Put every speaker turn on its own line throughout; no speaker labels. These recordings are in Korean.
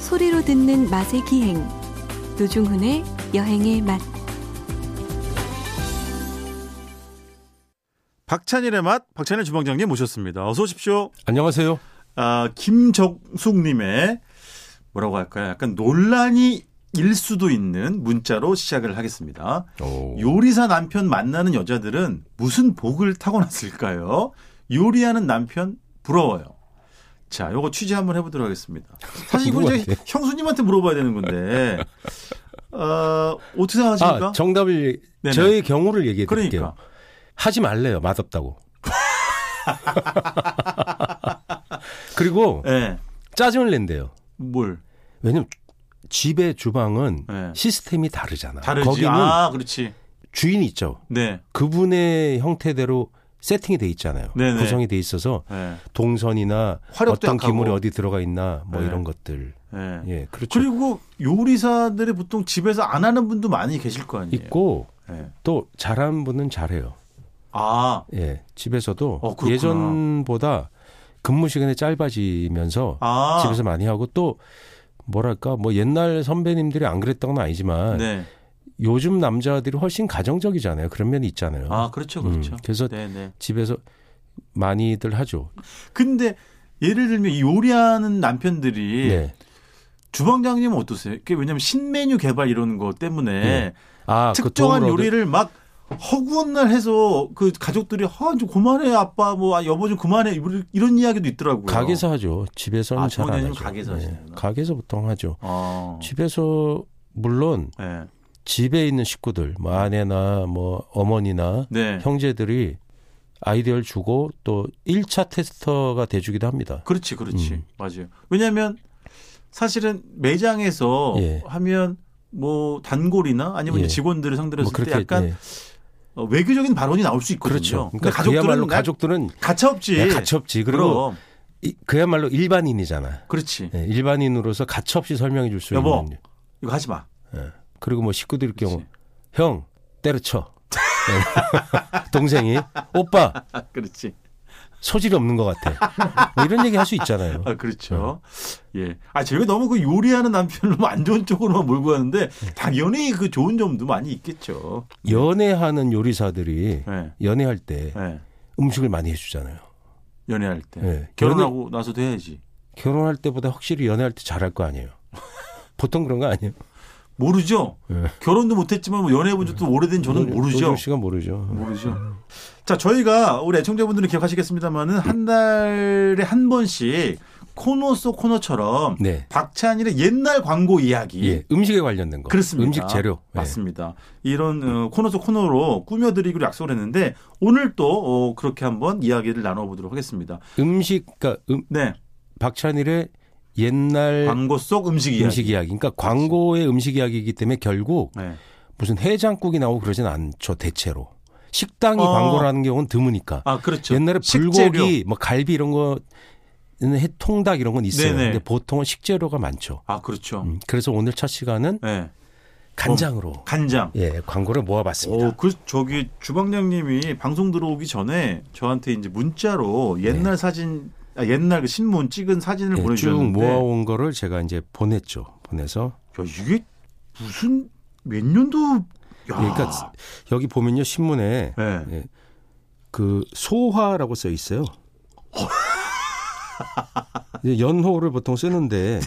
소리로 듣는 맛의 기행 노중훈의 여행의 맛
박찬일의 맛, 박찬일 주방장님 모셨습니다. 어서 오십시오.
안녕하세요.
아, 김정숙님의 뭐라고 할까요? 약간 논란이 일 수도 있는 문자로 시작을 하겠습니다.
오.
요리사 남편 만나는 여자들은 무슨 복을 타고났을까요? 요리하는 남편 부러워요. 자, 요거 취재 한번 해보도록 하겠습니다. 사실 이거 이제
누구한테?
형수님한테 물어봐야 되는 건데, 어, 어떻게 생각하십니까?
아, 정답을
네네.
저의 경우를 얘기해 드릴게요.
그러니까.
하지 말래요. 맛없다고. 그리고
예,
짜증을 낸대요.
뭘.
왜냐면 집의 주방은
네.
시스템이 다르잖아.
다르지.
거기는
아, 그렇지.
주인이 있죠.
네.
그분의 형태대로 세팅이 돼 있잖아요.
네네.
구성이 돼 있어서
예.
동선이나
화력도
어떤
약하고.
기물이 어디 들어가 있나 뭐
네.
이런 것들.
예.
예, 그렇죠.
그리고 요리사들이 보통 집에서 안 하는 분도 많이 계실 거 아니에요.
있고
예.
또 잘하는 분은 잘해요.
아,
예, 집에서도
어, 그렇구나.
예전보다 근무 시간이 짧아지면서
아,
집에서 많이 하고 또 뭐랄까 뭐 옛날 선배님들이 안 그랬던 건 아니지만
네,
요즘 남자들이 훨씬 가정적이잖아요. 그런 면이 있잖아요.
아 그렇죠, 그렇죠.
음, 그래서
네, 네.
집에서 많이들 하죠.
근데 예를 들면 이 요리하는 남편들이
네.
주방장님은 어떠세요? 그게 왜냐하면 신메뉴 개발 이런 거 때문에
네. 아, 그
특정한
도움을 얻을-
요리를 막 허구한 날 해서 그 가족들이 아, 좀 그만해 아빠 뭐 아, 여보 좀 그만해 이런- 이런 이야기도 있더라고요.
가게에서 하죠. 집에서는
아,
잘 안
주방장님은
하죠. 네.
가게에서 하시는구나.
가게에서 보통 하죠.
어,
집에서 물론
네,
집에 있는 식구들, 뭐 아내나 뭐 어머니나
네.
형제들이 아이디어를 주고 또 1차 테스터가 돼주기도 합니다.
그렇지, 그렇지.
음.
맞아요. 왜냐하면 사실은 매장에서
예.
하면 뭐 단골이나 아니면
예.
이제 직원들을 상대로
뭐
했을 때 약간
예.
어, 외교적인 발언이 나올 수 있거든요.
그렇죠.
근데
그러니까 그야말로
가족들은 가족
가족들은
가차없지.
야, 가차없지. 그리고
그럼
이- 그야말로 일반인이잖아.
그렇지.
예, 일반인으로서 가차없이 설명해 줄 수
여보.
있는.
이거 하지 마.
그리고 뭐 식구들
그렇지.
경우 형 때려쳐. 네. 동생이 오빠
아, 그렇지.
소질이 없는 것 같아. 뭐 이런 얘기 할 수 있잖아요.
아, 그렇죠.
어.
예. 아, 저희가 너무 그 요리하는 남편을 너무 안 좋은 쪽으로만 몰고 가는데
예.
당연히 그 좋은 점도 많이 있겠죠.
연애하는 요리사들이
예.
연애할 때
예.
음식을 많이 해주잖아요.
연애할 때.
예.
결혼하고 나서도 해야지.
결혼할 때보다 확실히 연애할 때 잘할 거 아니에요. 보통 그런 거 아니에요?
모르죠.
예. 음.
결혼도 못했지만 뭐 연애해 본 적도 오래된 저는 모르죠.
노종 씨가 모르죠.
모르죠. 자, 저희가 우리 애청자분들은 기억하시겠습니다만은 한 달에 한 번씩 코너 속 코너처럼
네.
박찬일의 옛날 광고 이야기.
예, 음식에 관련된 거.
그렇습니다.
음식 재료. 예.
맞습니다. 이런 어, 코너 속 코너로 꾸며드리기로 약속을 했는데 오늘 또 어, 그렇게 한번 이야기를 나눠보도록 하겠습니다.
음식, 그러니까 음,
네,
박찬일의 옛날
광고 속 음식 이야기.
예. 음식 이야기. 그러니까 광고의 음식 이야기이기 때문에 결국
네.
무슨 해장국이 나오고 그러진 않죠. 대체로 식당이
어.
광고라는 경우는 드무니까.
아 그렇죠.
옛날에
식재료.
불고기, 뭐 갈비 이런 거, 해 통닭 이런 건 있어요.
네네.
근데 보통은 식재료가 많죠.
아 그렇죠.
음, 그래서 오늘 첫 시간은
네.
간장으로
간장.
예 광고를 모아봤습니다.
오, 그 저기 주방장님이 방송 들어오기 전에 저한테 이제 문자로 옛날 사진, 아, 옛날 그 신문 찍은 사진을
예, 네. 쭉
보내주셨는데
모아온 거를 제가 이제 보냈죠. 보내서
야, 이게 무슨 몇 년도? 야.
그러니까 여기 보면요 신문에
네.
예, 그 소화라고 써 있어요. 이제 연호를 보통 쓰는데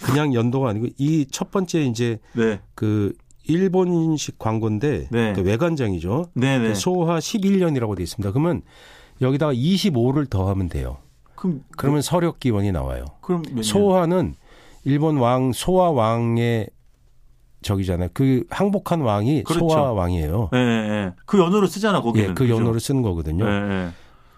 그냥 연도가 아니고 이 첫 번째 이제
네,
그 일본식 광고인데
네.
그 외관장이죠.
네, 네.
소화 11년이라고 돼 있습니다. 그러면 여기다가 25를 더하면 돼요.
그럼
그러면 서력 기원이 나와요.
그럼 몇 년?
소화는 일본 왕 소화 왕의 적이잖아요. 그 항복한 왕이
그렇죠.
소화 왕이에요.
예, 예. 그 연호를 쓰잖아
예,
거기는. 네,
그 연호를 쓰는 거거든요.
예, 예.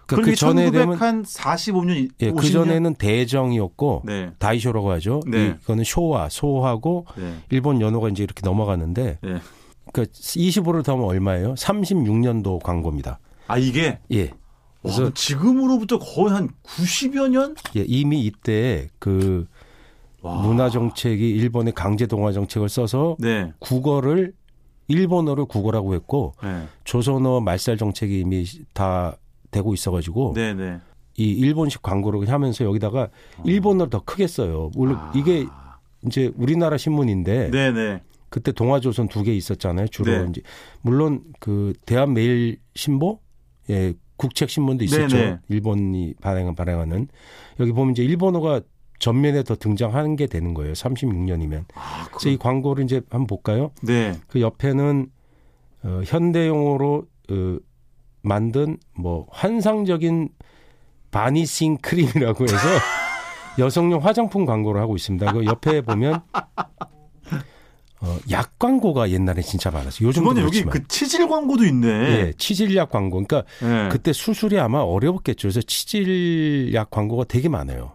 그러니까 그 전에 되면
1945년,
예, 그 전에는 대정이었고
네,
다이쇼라고 하죠.
네.
이, 거는 쇼와 소하고
네,
일본 연호가 이제 이렇게 넘어가는데
네.
그러니까 25를 더하면 얼마예요? 36년도 광고입니다.
아 이게
예.
와,
그래서
지금으로부터 거의 한 90여 년?
예, 이미 이때 그
와.
문화 정책이 일본의 강제 동화 정책을 써서
네,
국어를 일본어를 국어라고 했고
네,
조선어 말살 정책이 이미 다 되고 있어가지고
네, 네. 아.
이 일본식 광고를 하면서 여기다가 일본어를 더 크게 써요. 물론 이게 이제 우리나라 신문인데
네, 네.
그때 동아조선 두 개 있었잖아요. 주로
네.
이제 물론 그 대한매일신보 예 국책 신문도 있었죠.
네, 네.
일본이 발행 발행하는 여기 보면 이제 일본어가 전면에 더 등장하는 게 되는 거예요. 36년이면.
아,
그래서 이 광고를 이제 한번 볼까요?
네.
그 옆에는 어, 현대용어로 어, 만든 뭐 환상적인 바니싱 크림이라고 해서 여성용 화장품 광고를 하고 있습니다. 그 옆에 보면 어, 약 광고가 옛날에 진짜 많았어요. 요즘도
이번에 여기
그렇지만
그 치질 광고도 있네.
예, 치질약 광고. 그러니까
예.
그때 수술이 아마 어려웠겠죠. 그래서 치질약 광고가 되게 많아요.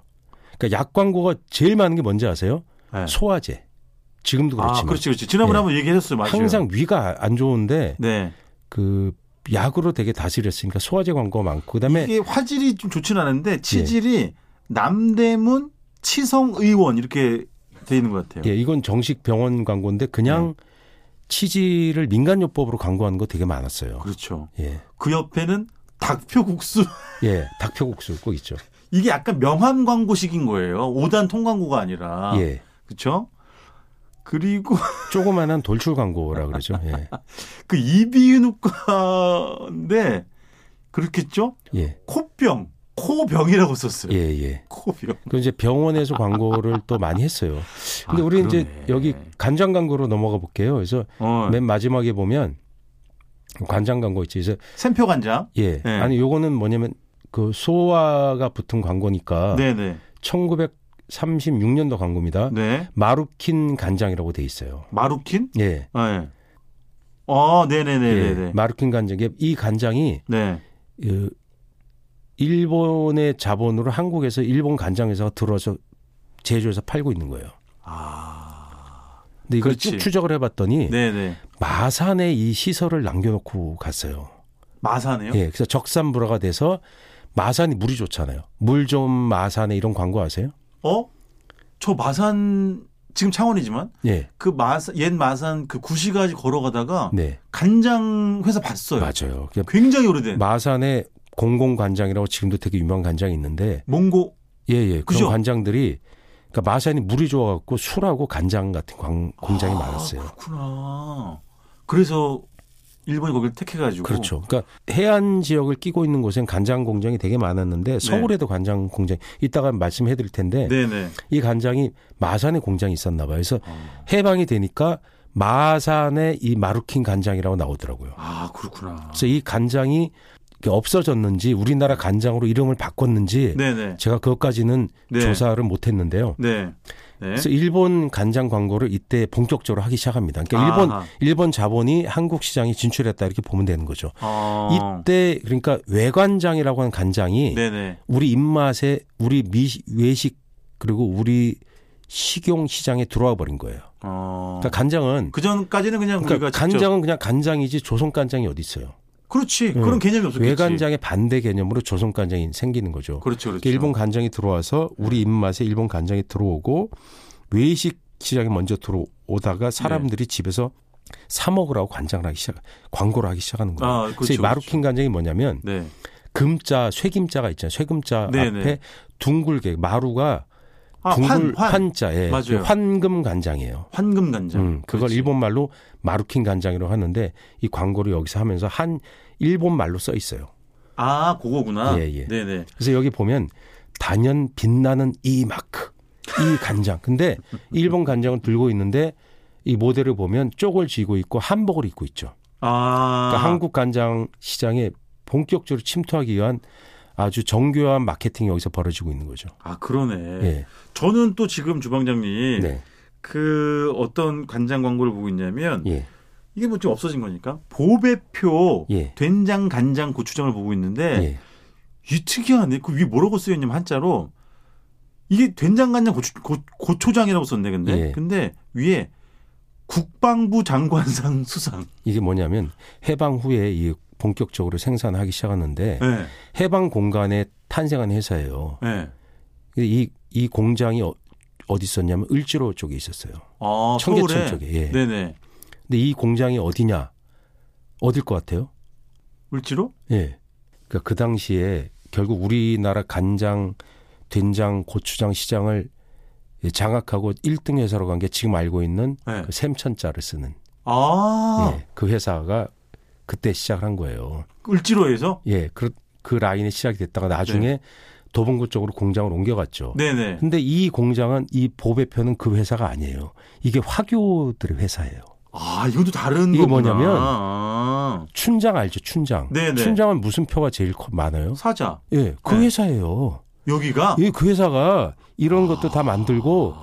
그러니까 약 광고가 제일 많은 게 뭔지 아세요?
예.
소화제. 지금도
아,
그렇지만
그렇지, 그렇지. 지난번에
예.
한번 얘기하셨어요, 맞아요.
항상 위가 안 좋은데
네.
그 약으로 되게 다스렸으니까 소화제 광고가 많고 그다음에
이게 화질이 좀 좋지는
예.
않은데 치질이 남대문 치성의원 이렇게 돼 있는 것 같아요.
예, 이건 정식 병원 광고인데 그냥
네.
치질을 민간요법으로 광고하는 거 되게 많았어요.
그렇죠.
예.
그 옆에는 닭표국수
예, 닭표국수 꼭 있죠.
이게 약간 명함 광고식인 거예요. 5단 통광고가 아니라.
예.
그렇죠? 그리고
조그만한 돌출 광고라 그러죠. 예.
그 이비인후과인데 그렇겠죠?
예.
코병, 코병이라고 썼어요.
예, 예.
코병.
그 이제 병원에서 광고를 또 많이 했어요. 근데
아,
우리 이제
그러네.
여기 네. 간장 광고로 넘어가 볼게요. 그래서
어,
맨 마지막에 보면 간장 광고 있지. 그래서
샘표 간장.
예.
네.
아니 요거는 뭐냐면 그 소화가 붙은 광고니까
네, 네.
1936년도 광고입니다.
네.
마루킨 간장이라고 돼 있어요.
마루킨?
예.
네. 어, 네, 네, 네,
예,
네, 네.
마루킨 간장. 이게 이 간장이
네.
그 일본의 자본으로 한국에서 일본 간장 회사가 들어와서 제조해서 팔고 있는 거예요.
아.
근데 이걸
그렇지.
쭉 추적을 해봤더니
네, 네.
마산에 이 시설을 남겨놓고 갔어요.
마사네요.
예. 그래서 적산불화가 돼서 마산이 물이 좋잖아요. 물 좀 마산에 이런 광고 아세요?
어? 저 마산 지금 창원이지만
예.
그 마산 옛 마산 그 구시까지 걸어가다가
네.
간장 회사 봤어요.
맞아요. 그냥
굉장히 오래된
마산에 공공관장이라고 지금도 되게 유명한 간장이 있는데
몽고
예예 그런
그죠?
관장들이 그러니까 마산이 물이 좋아갖고 술하고 간장 같은 광, 공장이
아,
많았어요.
그렇구나. 그래서 일본이 거기를 택해가지고
그렇죠. 그러니까 해안 지역을 끼고 있는 곳엔 간장 공장이 되게 많았는데 서울에도 간장 공장 이따가 말씀해 드릴 텐데
네. 네네.
이 간장이 마산에 공장이 있었나 봐요. 그래서
아,
해방이 되니까 마산에 이 마루킨 간장이라고 나오더라고요.
아, 그렇구나.
그래서 이 간장이 이렇게 없어졌는지 우리나라 간장으로 이름을 바꿨는지
네네.
제가 그것까지는
네.
조사를 못 했는데요.
네. 네.
그래서 일본 간장 광고를 이때 본격적으로 하기 시작합니다. 그러니까 일본
아하.
일본 자본이 한국 시장에 진출했다 이렇게 보면 되는 거죠.
아,
이때 그러니까 외관장이라고 하는 간장이
네네.
우리 입맛에 우리 미 외식 그리고 우리 식용 시장에 들어와 버린 거예요.
어.
그러니까 간장은
그 전까지는 그냥
그러니까
우리가 직접
간장은 그냥 간장이지 조선 간장이 어디 있어요?
그렇지
음.
그런 개념이 없었겠지.
외간장의 반대 개념으로 조선 간장이 생기는 거죠.
그렇죠, 네.
그러니까
그렇죠.
일본 간장이 들어와서 우리 입맛에 일본 간장이 들어오고 외식 시장에 먼저 들어오다가 사람들이
네.
집에서 사 먹으라고 간장을 하기 시작, 광고를 하기 시작하는 거예요.
아,
그래서 이
그렇죠.
마루킨 간장이 뭐냐면
그렇죠. 네.
금자, 쇠김자가 있잖아요. 쇠금자
네,
앞에
네.
둥글게 마루가
아, 환,
둥글
환,
자에 예, 그
맞아요.
환금 간장이에요.
환금 간장.
음, 그걸
그렇지.
일본 말로 마루킨 간장이라고 하는데 이 광고를 여기서 하면서 한 일본 말로 써 있어요.
아, 그거구나.
예, 예.
네네.
그래서 여기 보면 단연 빛나는 이 마크, 이 간장. 근데 일본 간장을 들고 있는데 이 모델을 보면 쪽을 쥐고 있고 한복을 입고 있죠.
아,
그러니까 한국 간장 시장에 본격적으로 침투하기 위한 아주 정교한 마케팅이 여기서 벌어지고 있는 거죠.
아 그러네. 예.
예.
저는 또 지금 주방장님
네.
그 어떤 간장 광고를 보고 있냐면
예.
이게 뭐 지금 없어진 거니까 보배표
예.
된장 간장 고추장을 보고 있는데
예.
이 특이하네. 그 위에 뭐라고 쓰여 있냐면 한자로 이게 된장 간장 고추, 고, 초장이라고 썼네 근데
예.
근데 위에 국방부 장관상 수상.
이게 뭐냐면 해방 후에 이 본격적으로 생산하기 시작하는데
예. 네.
해방 공간에 탄생한 회사예요. 근데 이, 이 공장이 어, 어디 있었냐면 을지로 쪽에 있었어요.
아,
청계천
서울에.
쪽에. 예.
네네.
근데 이 공장이 어디냐? 어딜 것 같아요?
울지로?
예. 그러니까 그 당시에 결국 우리나라 간장, 된장, 고추장 시장을 예, 장악하고 1등 회사로 간 게 지금 알고 있는
네.
그 샘천자를 쓰는
아,
예, 그 회사가 그때 시작을 한 거예요.
을지로에서?
예, 그, 그 라인이 시작이 됐다가 나중에 도봉구 쪽으로 공장을 옮겨갔죠.
네. 네네.
근데 이 공장은 이 보배편은 그 회사가 아니에요. 이게 화교들의 회사예요.
아, 이것도 다른
이게
거구나.
뭐냐면
아,
춘장 알죠? 춘장.
네네.
춘장은 무슨 표가 제일 커- 많아요?
사자.
예, 그
네. 아.
회사예요.
여기가?
예, 그 회사가 이런 것도 다 만들고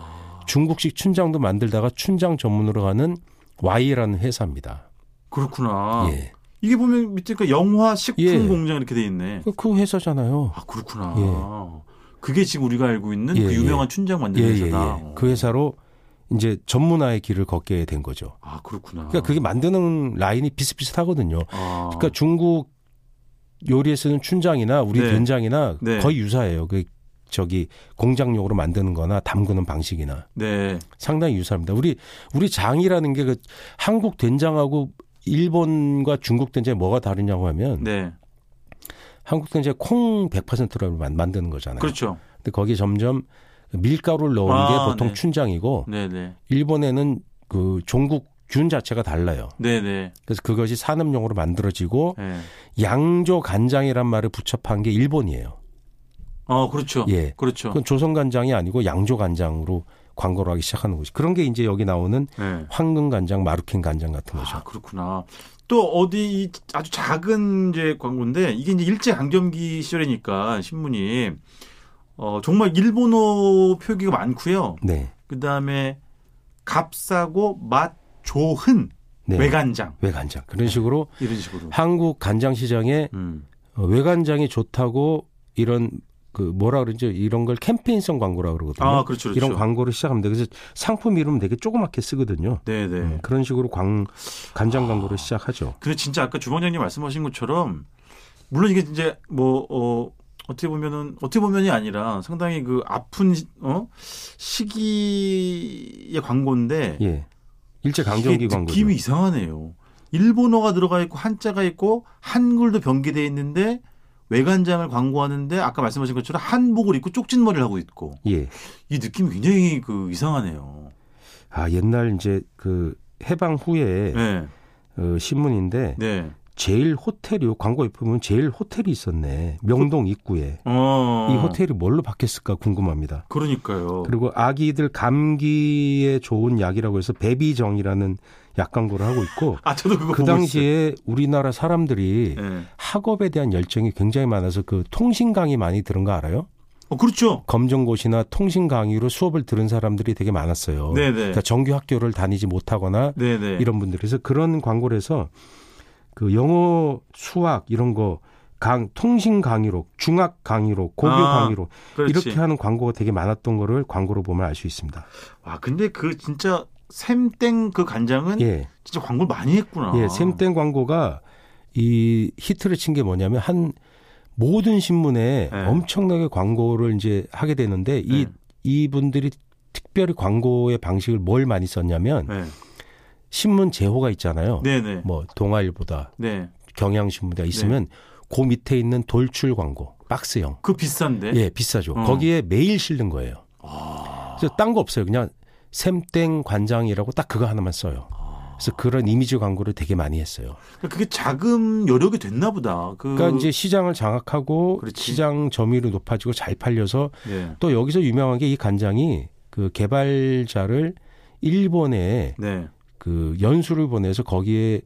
중국식 춘장도 만들다가 춘장 전문으로 가는 Y라는 회사입니다.
그렇구나.
예.
이게 보면 밑에 그 영화 식품
예.
공장 이렇게 돼 있네.
그- 그 회사잖아요.
아, 그렇구나. 그게 지금 우리가 알고 있는
예,
그
예.
유명한 춘장
예,
만드는
예,
회사다.
예. 그 회사로 이제 전문화의 길을 걷게 된 거죠.
아, 그렇구나.
그러니까 그게 만드는 라인이 비슷비슷하거든요.
아,
그러니까 중국 요리에 쓰는 춘장이나 우리
네.
된장이나
네.
거의 유사해요. 그 저기 공장용으로 만드는 거나 담그는 방식이나
네.
상당히 유사합니다. 우리 우리 장이라는 게 그 한국 된장하고 일본과 중국 된장이 뭐가 다르냐고 하면
네.
한국 된장이 콩 100%로 만드는 거잖아요.
그렇죠.
근데 거기에 점점 밀가루를 넣은
아,
게 보통
네.
춘장이고
네네.
일본에는 그 종국균 자체가 달라요.
네네.
그래서 그것이 산업용으로 만들어지고
네.
양조 간장이란 말을 붙여판 게 일본이에요.
그렇죠. 어, 그렇죠.
예.
그렇죠.
그건 조선 간장이 아니고 양조 간장으로 광고를 하기 시작하는 거죠. 그런 게 이제 여기 나오는
네.
황금 간장, 마루킹 간장 같은 거죠.
아, 그렇구나. 또 어디 이 아주 작은 이제 광고인데 이게 이제 일제 강점기 시절이니까 신문이 어, 정말 일본어 표기가 많고요.
네.
그다음에 값싸고 맛 좋은
네.
외간장
외간장. 그런 식으로
이런 식으로.
한국 간장 시장에
음.
어, 외간장이 좋다고 이런 그 뭐라 그러죠? 이런 걸 캠페인성 광고라고 그러거든요.
아, 그렇죠. 그렇죠.
이런 광고를 시작합니다. 그래서 상품 이름 되게 조그맣게 쓰거든요.
네, 아. 네.
음, 그런 식으로 광 간장 광고를 시작하죠.
근데 진짜 아까 주방장님 말씀하신 것처럼 물론 이게 이제 뭐 어, 어떻게 보면은 어떻게 보면이 아니라 상당히 그 아픈 시- 어? 시기의 광고인데
예. 일제 강점기
이게
광고죠.
느낌이 이상하네요. 일본어가 들어가 있고 한자가 있고 한글도 변기돼 있는데 외관장을 광고하는데 아까 말씀하신 것처럼 한복을 입고 쪽진 머리를 하고 있고
예.
이 느낌이 굉장히 그 이상하네요.
아, 옛날 이제 그 해방 후에
네,
어, 신문인데
네,
제일 호텔이요. 광고에 보면 제일 호텔이 있었네. 명동 입구에.
어,
이 호텔이 뭘로 바뀌었을까 궁금합니다.
그러니까요.
그리고 아기들 감기에 좋은 약이라고 해서 베비정이라는 약 광고를 하고 있고
아 저도 그거
그
보고 있어요.
당시에 우리나라 사람들이
네.
학업에 대한 열정이 굉장히 많아서 그 통신 강의 많이 들은 거 알아요?
어 그렇죠.
검정고시나 통신 강의로 수업을 들은 사람들이 되게 많았어요.
네, 네,
그러니까 정규 학교를 다니지 못하거나
네, 네.
이런 분들 그래서 그런 광고를 해서 그 영어, 수학 이런 거 강, 통신 강의로, 중학 강의로, 고교
아,
강의로
그렇지.
이렇게 하는 광고가 되게 많았던 거를 광고로 보면 알 수 있습니다.
아 근데 그 진짜 샘땡 그 간장은
예.
진짜 광고 를 많이 했구나.
예, 샘땡 광고가 이 히트를 친 게 뭐냐면 한 모든 신문에
네.
엄청나게 광고를 이제 하게 되는데
네.
이 이분들이 특별히 광고의 방식을 뭘 많이 썼냐면
네,
신문 제호가 있잖아요.
네, 네,
뭐 동아일보다
네.
경향신문이다 있으면 그 밑에 있는 돌출 광고 박스형
그 비싼데.
예 비싸죠
어. 아.
거기에 매일 실는 거예요 그래서 딴 거 없어요 그냥 샘땡 관장이라고 딱 그거 하나만 써요 그래서 그런 이미지 광고를 되게 많이 했어요
그러니까 그게 자금 여력이 됐나 보다. 그
그러니까 이제 시장을 장악하고
그렇지.
시장 점유율이 높아지고 잘 팔려서
네.
또 여기서 유명한 게 이 간장이 그 개발자를 일본에
네.
그 연수를 보내서 거기에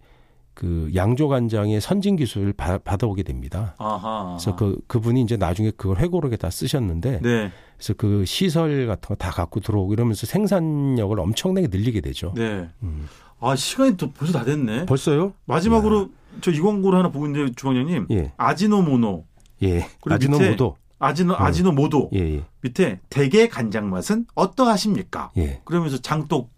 그 양조 간장의 선진 기술을 받- 받아오게 됩니다.
아하.
그래서 그 그분이 이제 나중에 그걸 회고록에 다 쓰셨는데
네.
그래서 그 시설 같은 거 다 갖고 들어오고 이러면서 생산력을 엄청나게 늘리게 되죠.
네.
음.
아, 시간이 또 벌써 다 됐네.
벌써요?
마지막으로 저 이 광고를 하나 보고 있는데 주방장님.
예.
아지노모노.
예.
그리고
아지노모도.
아지노
음.
아지노모도.
예, 예.
밑에 대게 간장 맛은 어떠하십니까?
예.
그러면서 장독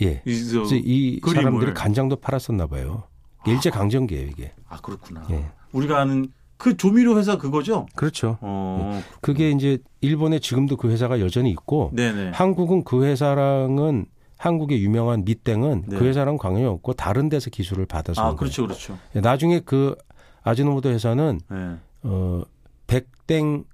예.
이- 저-
그래서 이
그림을.
사람들이 간장도 팔았었나 봐요. 일제 강점기예요, 이게.
아, 그렇구나.
예.
우리가 아는 그 조미료 회사 그거죠?
그렇죠.
어.
그게 이제 일본에 지금도 그 회사가 여전히 있고
네, 네.
한국은 그 회사랑은 한국의 유명한 밑땡은
네.
그 회사랑 관련이 없고 다른 데서 기술을 받아서
아,
온 거예요.
그렇죠. 그렇죠.
나중에 그 아지노모도 회사는
네.
어, 백땡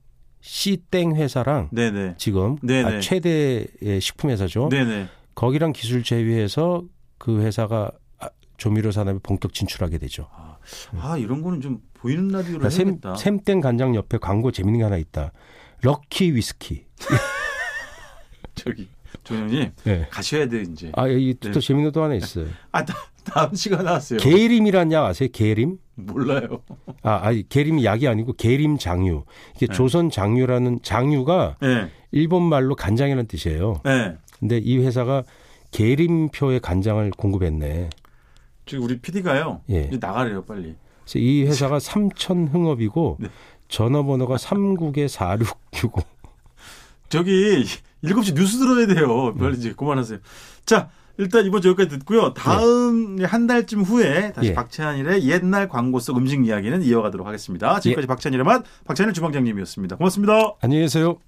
씨땡 회사랑
네네.
지금
네네.
아, 최대의 식품 회사죠.
네네.
거기랑 기술 제휴해서 그 회사가 아, 조미료 산업에 본격 진출하게 되죠.
아 이런 거는 좀 보이는 라디오로
그러니까 샘-
해야겠다.
샘땡 간장 옆에 광고 재밌는 게 하나 있다. 럭키 위스키.
저기 조영님
예.
가셔야 돼 이제.
아, 이 또
네.
재밌는 또 하나 있어요.
아 다, 다음 시간 나왔어요.
게림이란 약 아세요? 게림?
몰라요.
아, 아니, 게림이 약이 아니고 게림 장유. 이게
네.
조선 장유라는 장유가
예.
일본 말로 간장이라는 뜻이에요.
예.
근데 이 회사가 계림표의 간장을 공급했네.
지금 우리 PD가요.
예.
이제 나가래요 빨리.
그래서 이 회사가 삼천 흥업이고
네.
전화번호가 3국에 4665.
저기 7시 뉴스 들어야 돼요. 빨리 이제 그만하세요. 자, 일단 이번 주 여기까지 듣고요. 다음 한 달쯤 후에 다시
예.
박찬일의 옛날 광고 속 음식 이야기는 이어가도록 하겠습니다. 지금까지 박찬일의 맛, 박찬일 주방장님이었습니다. 고맙습니다.
안녕히 계세요.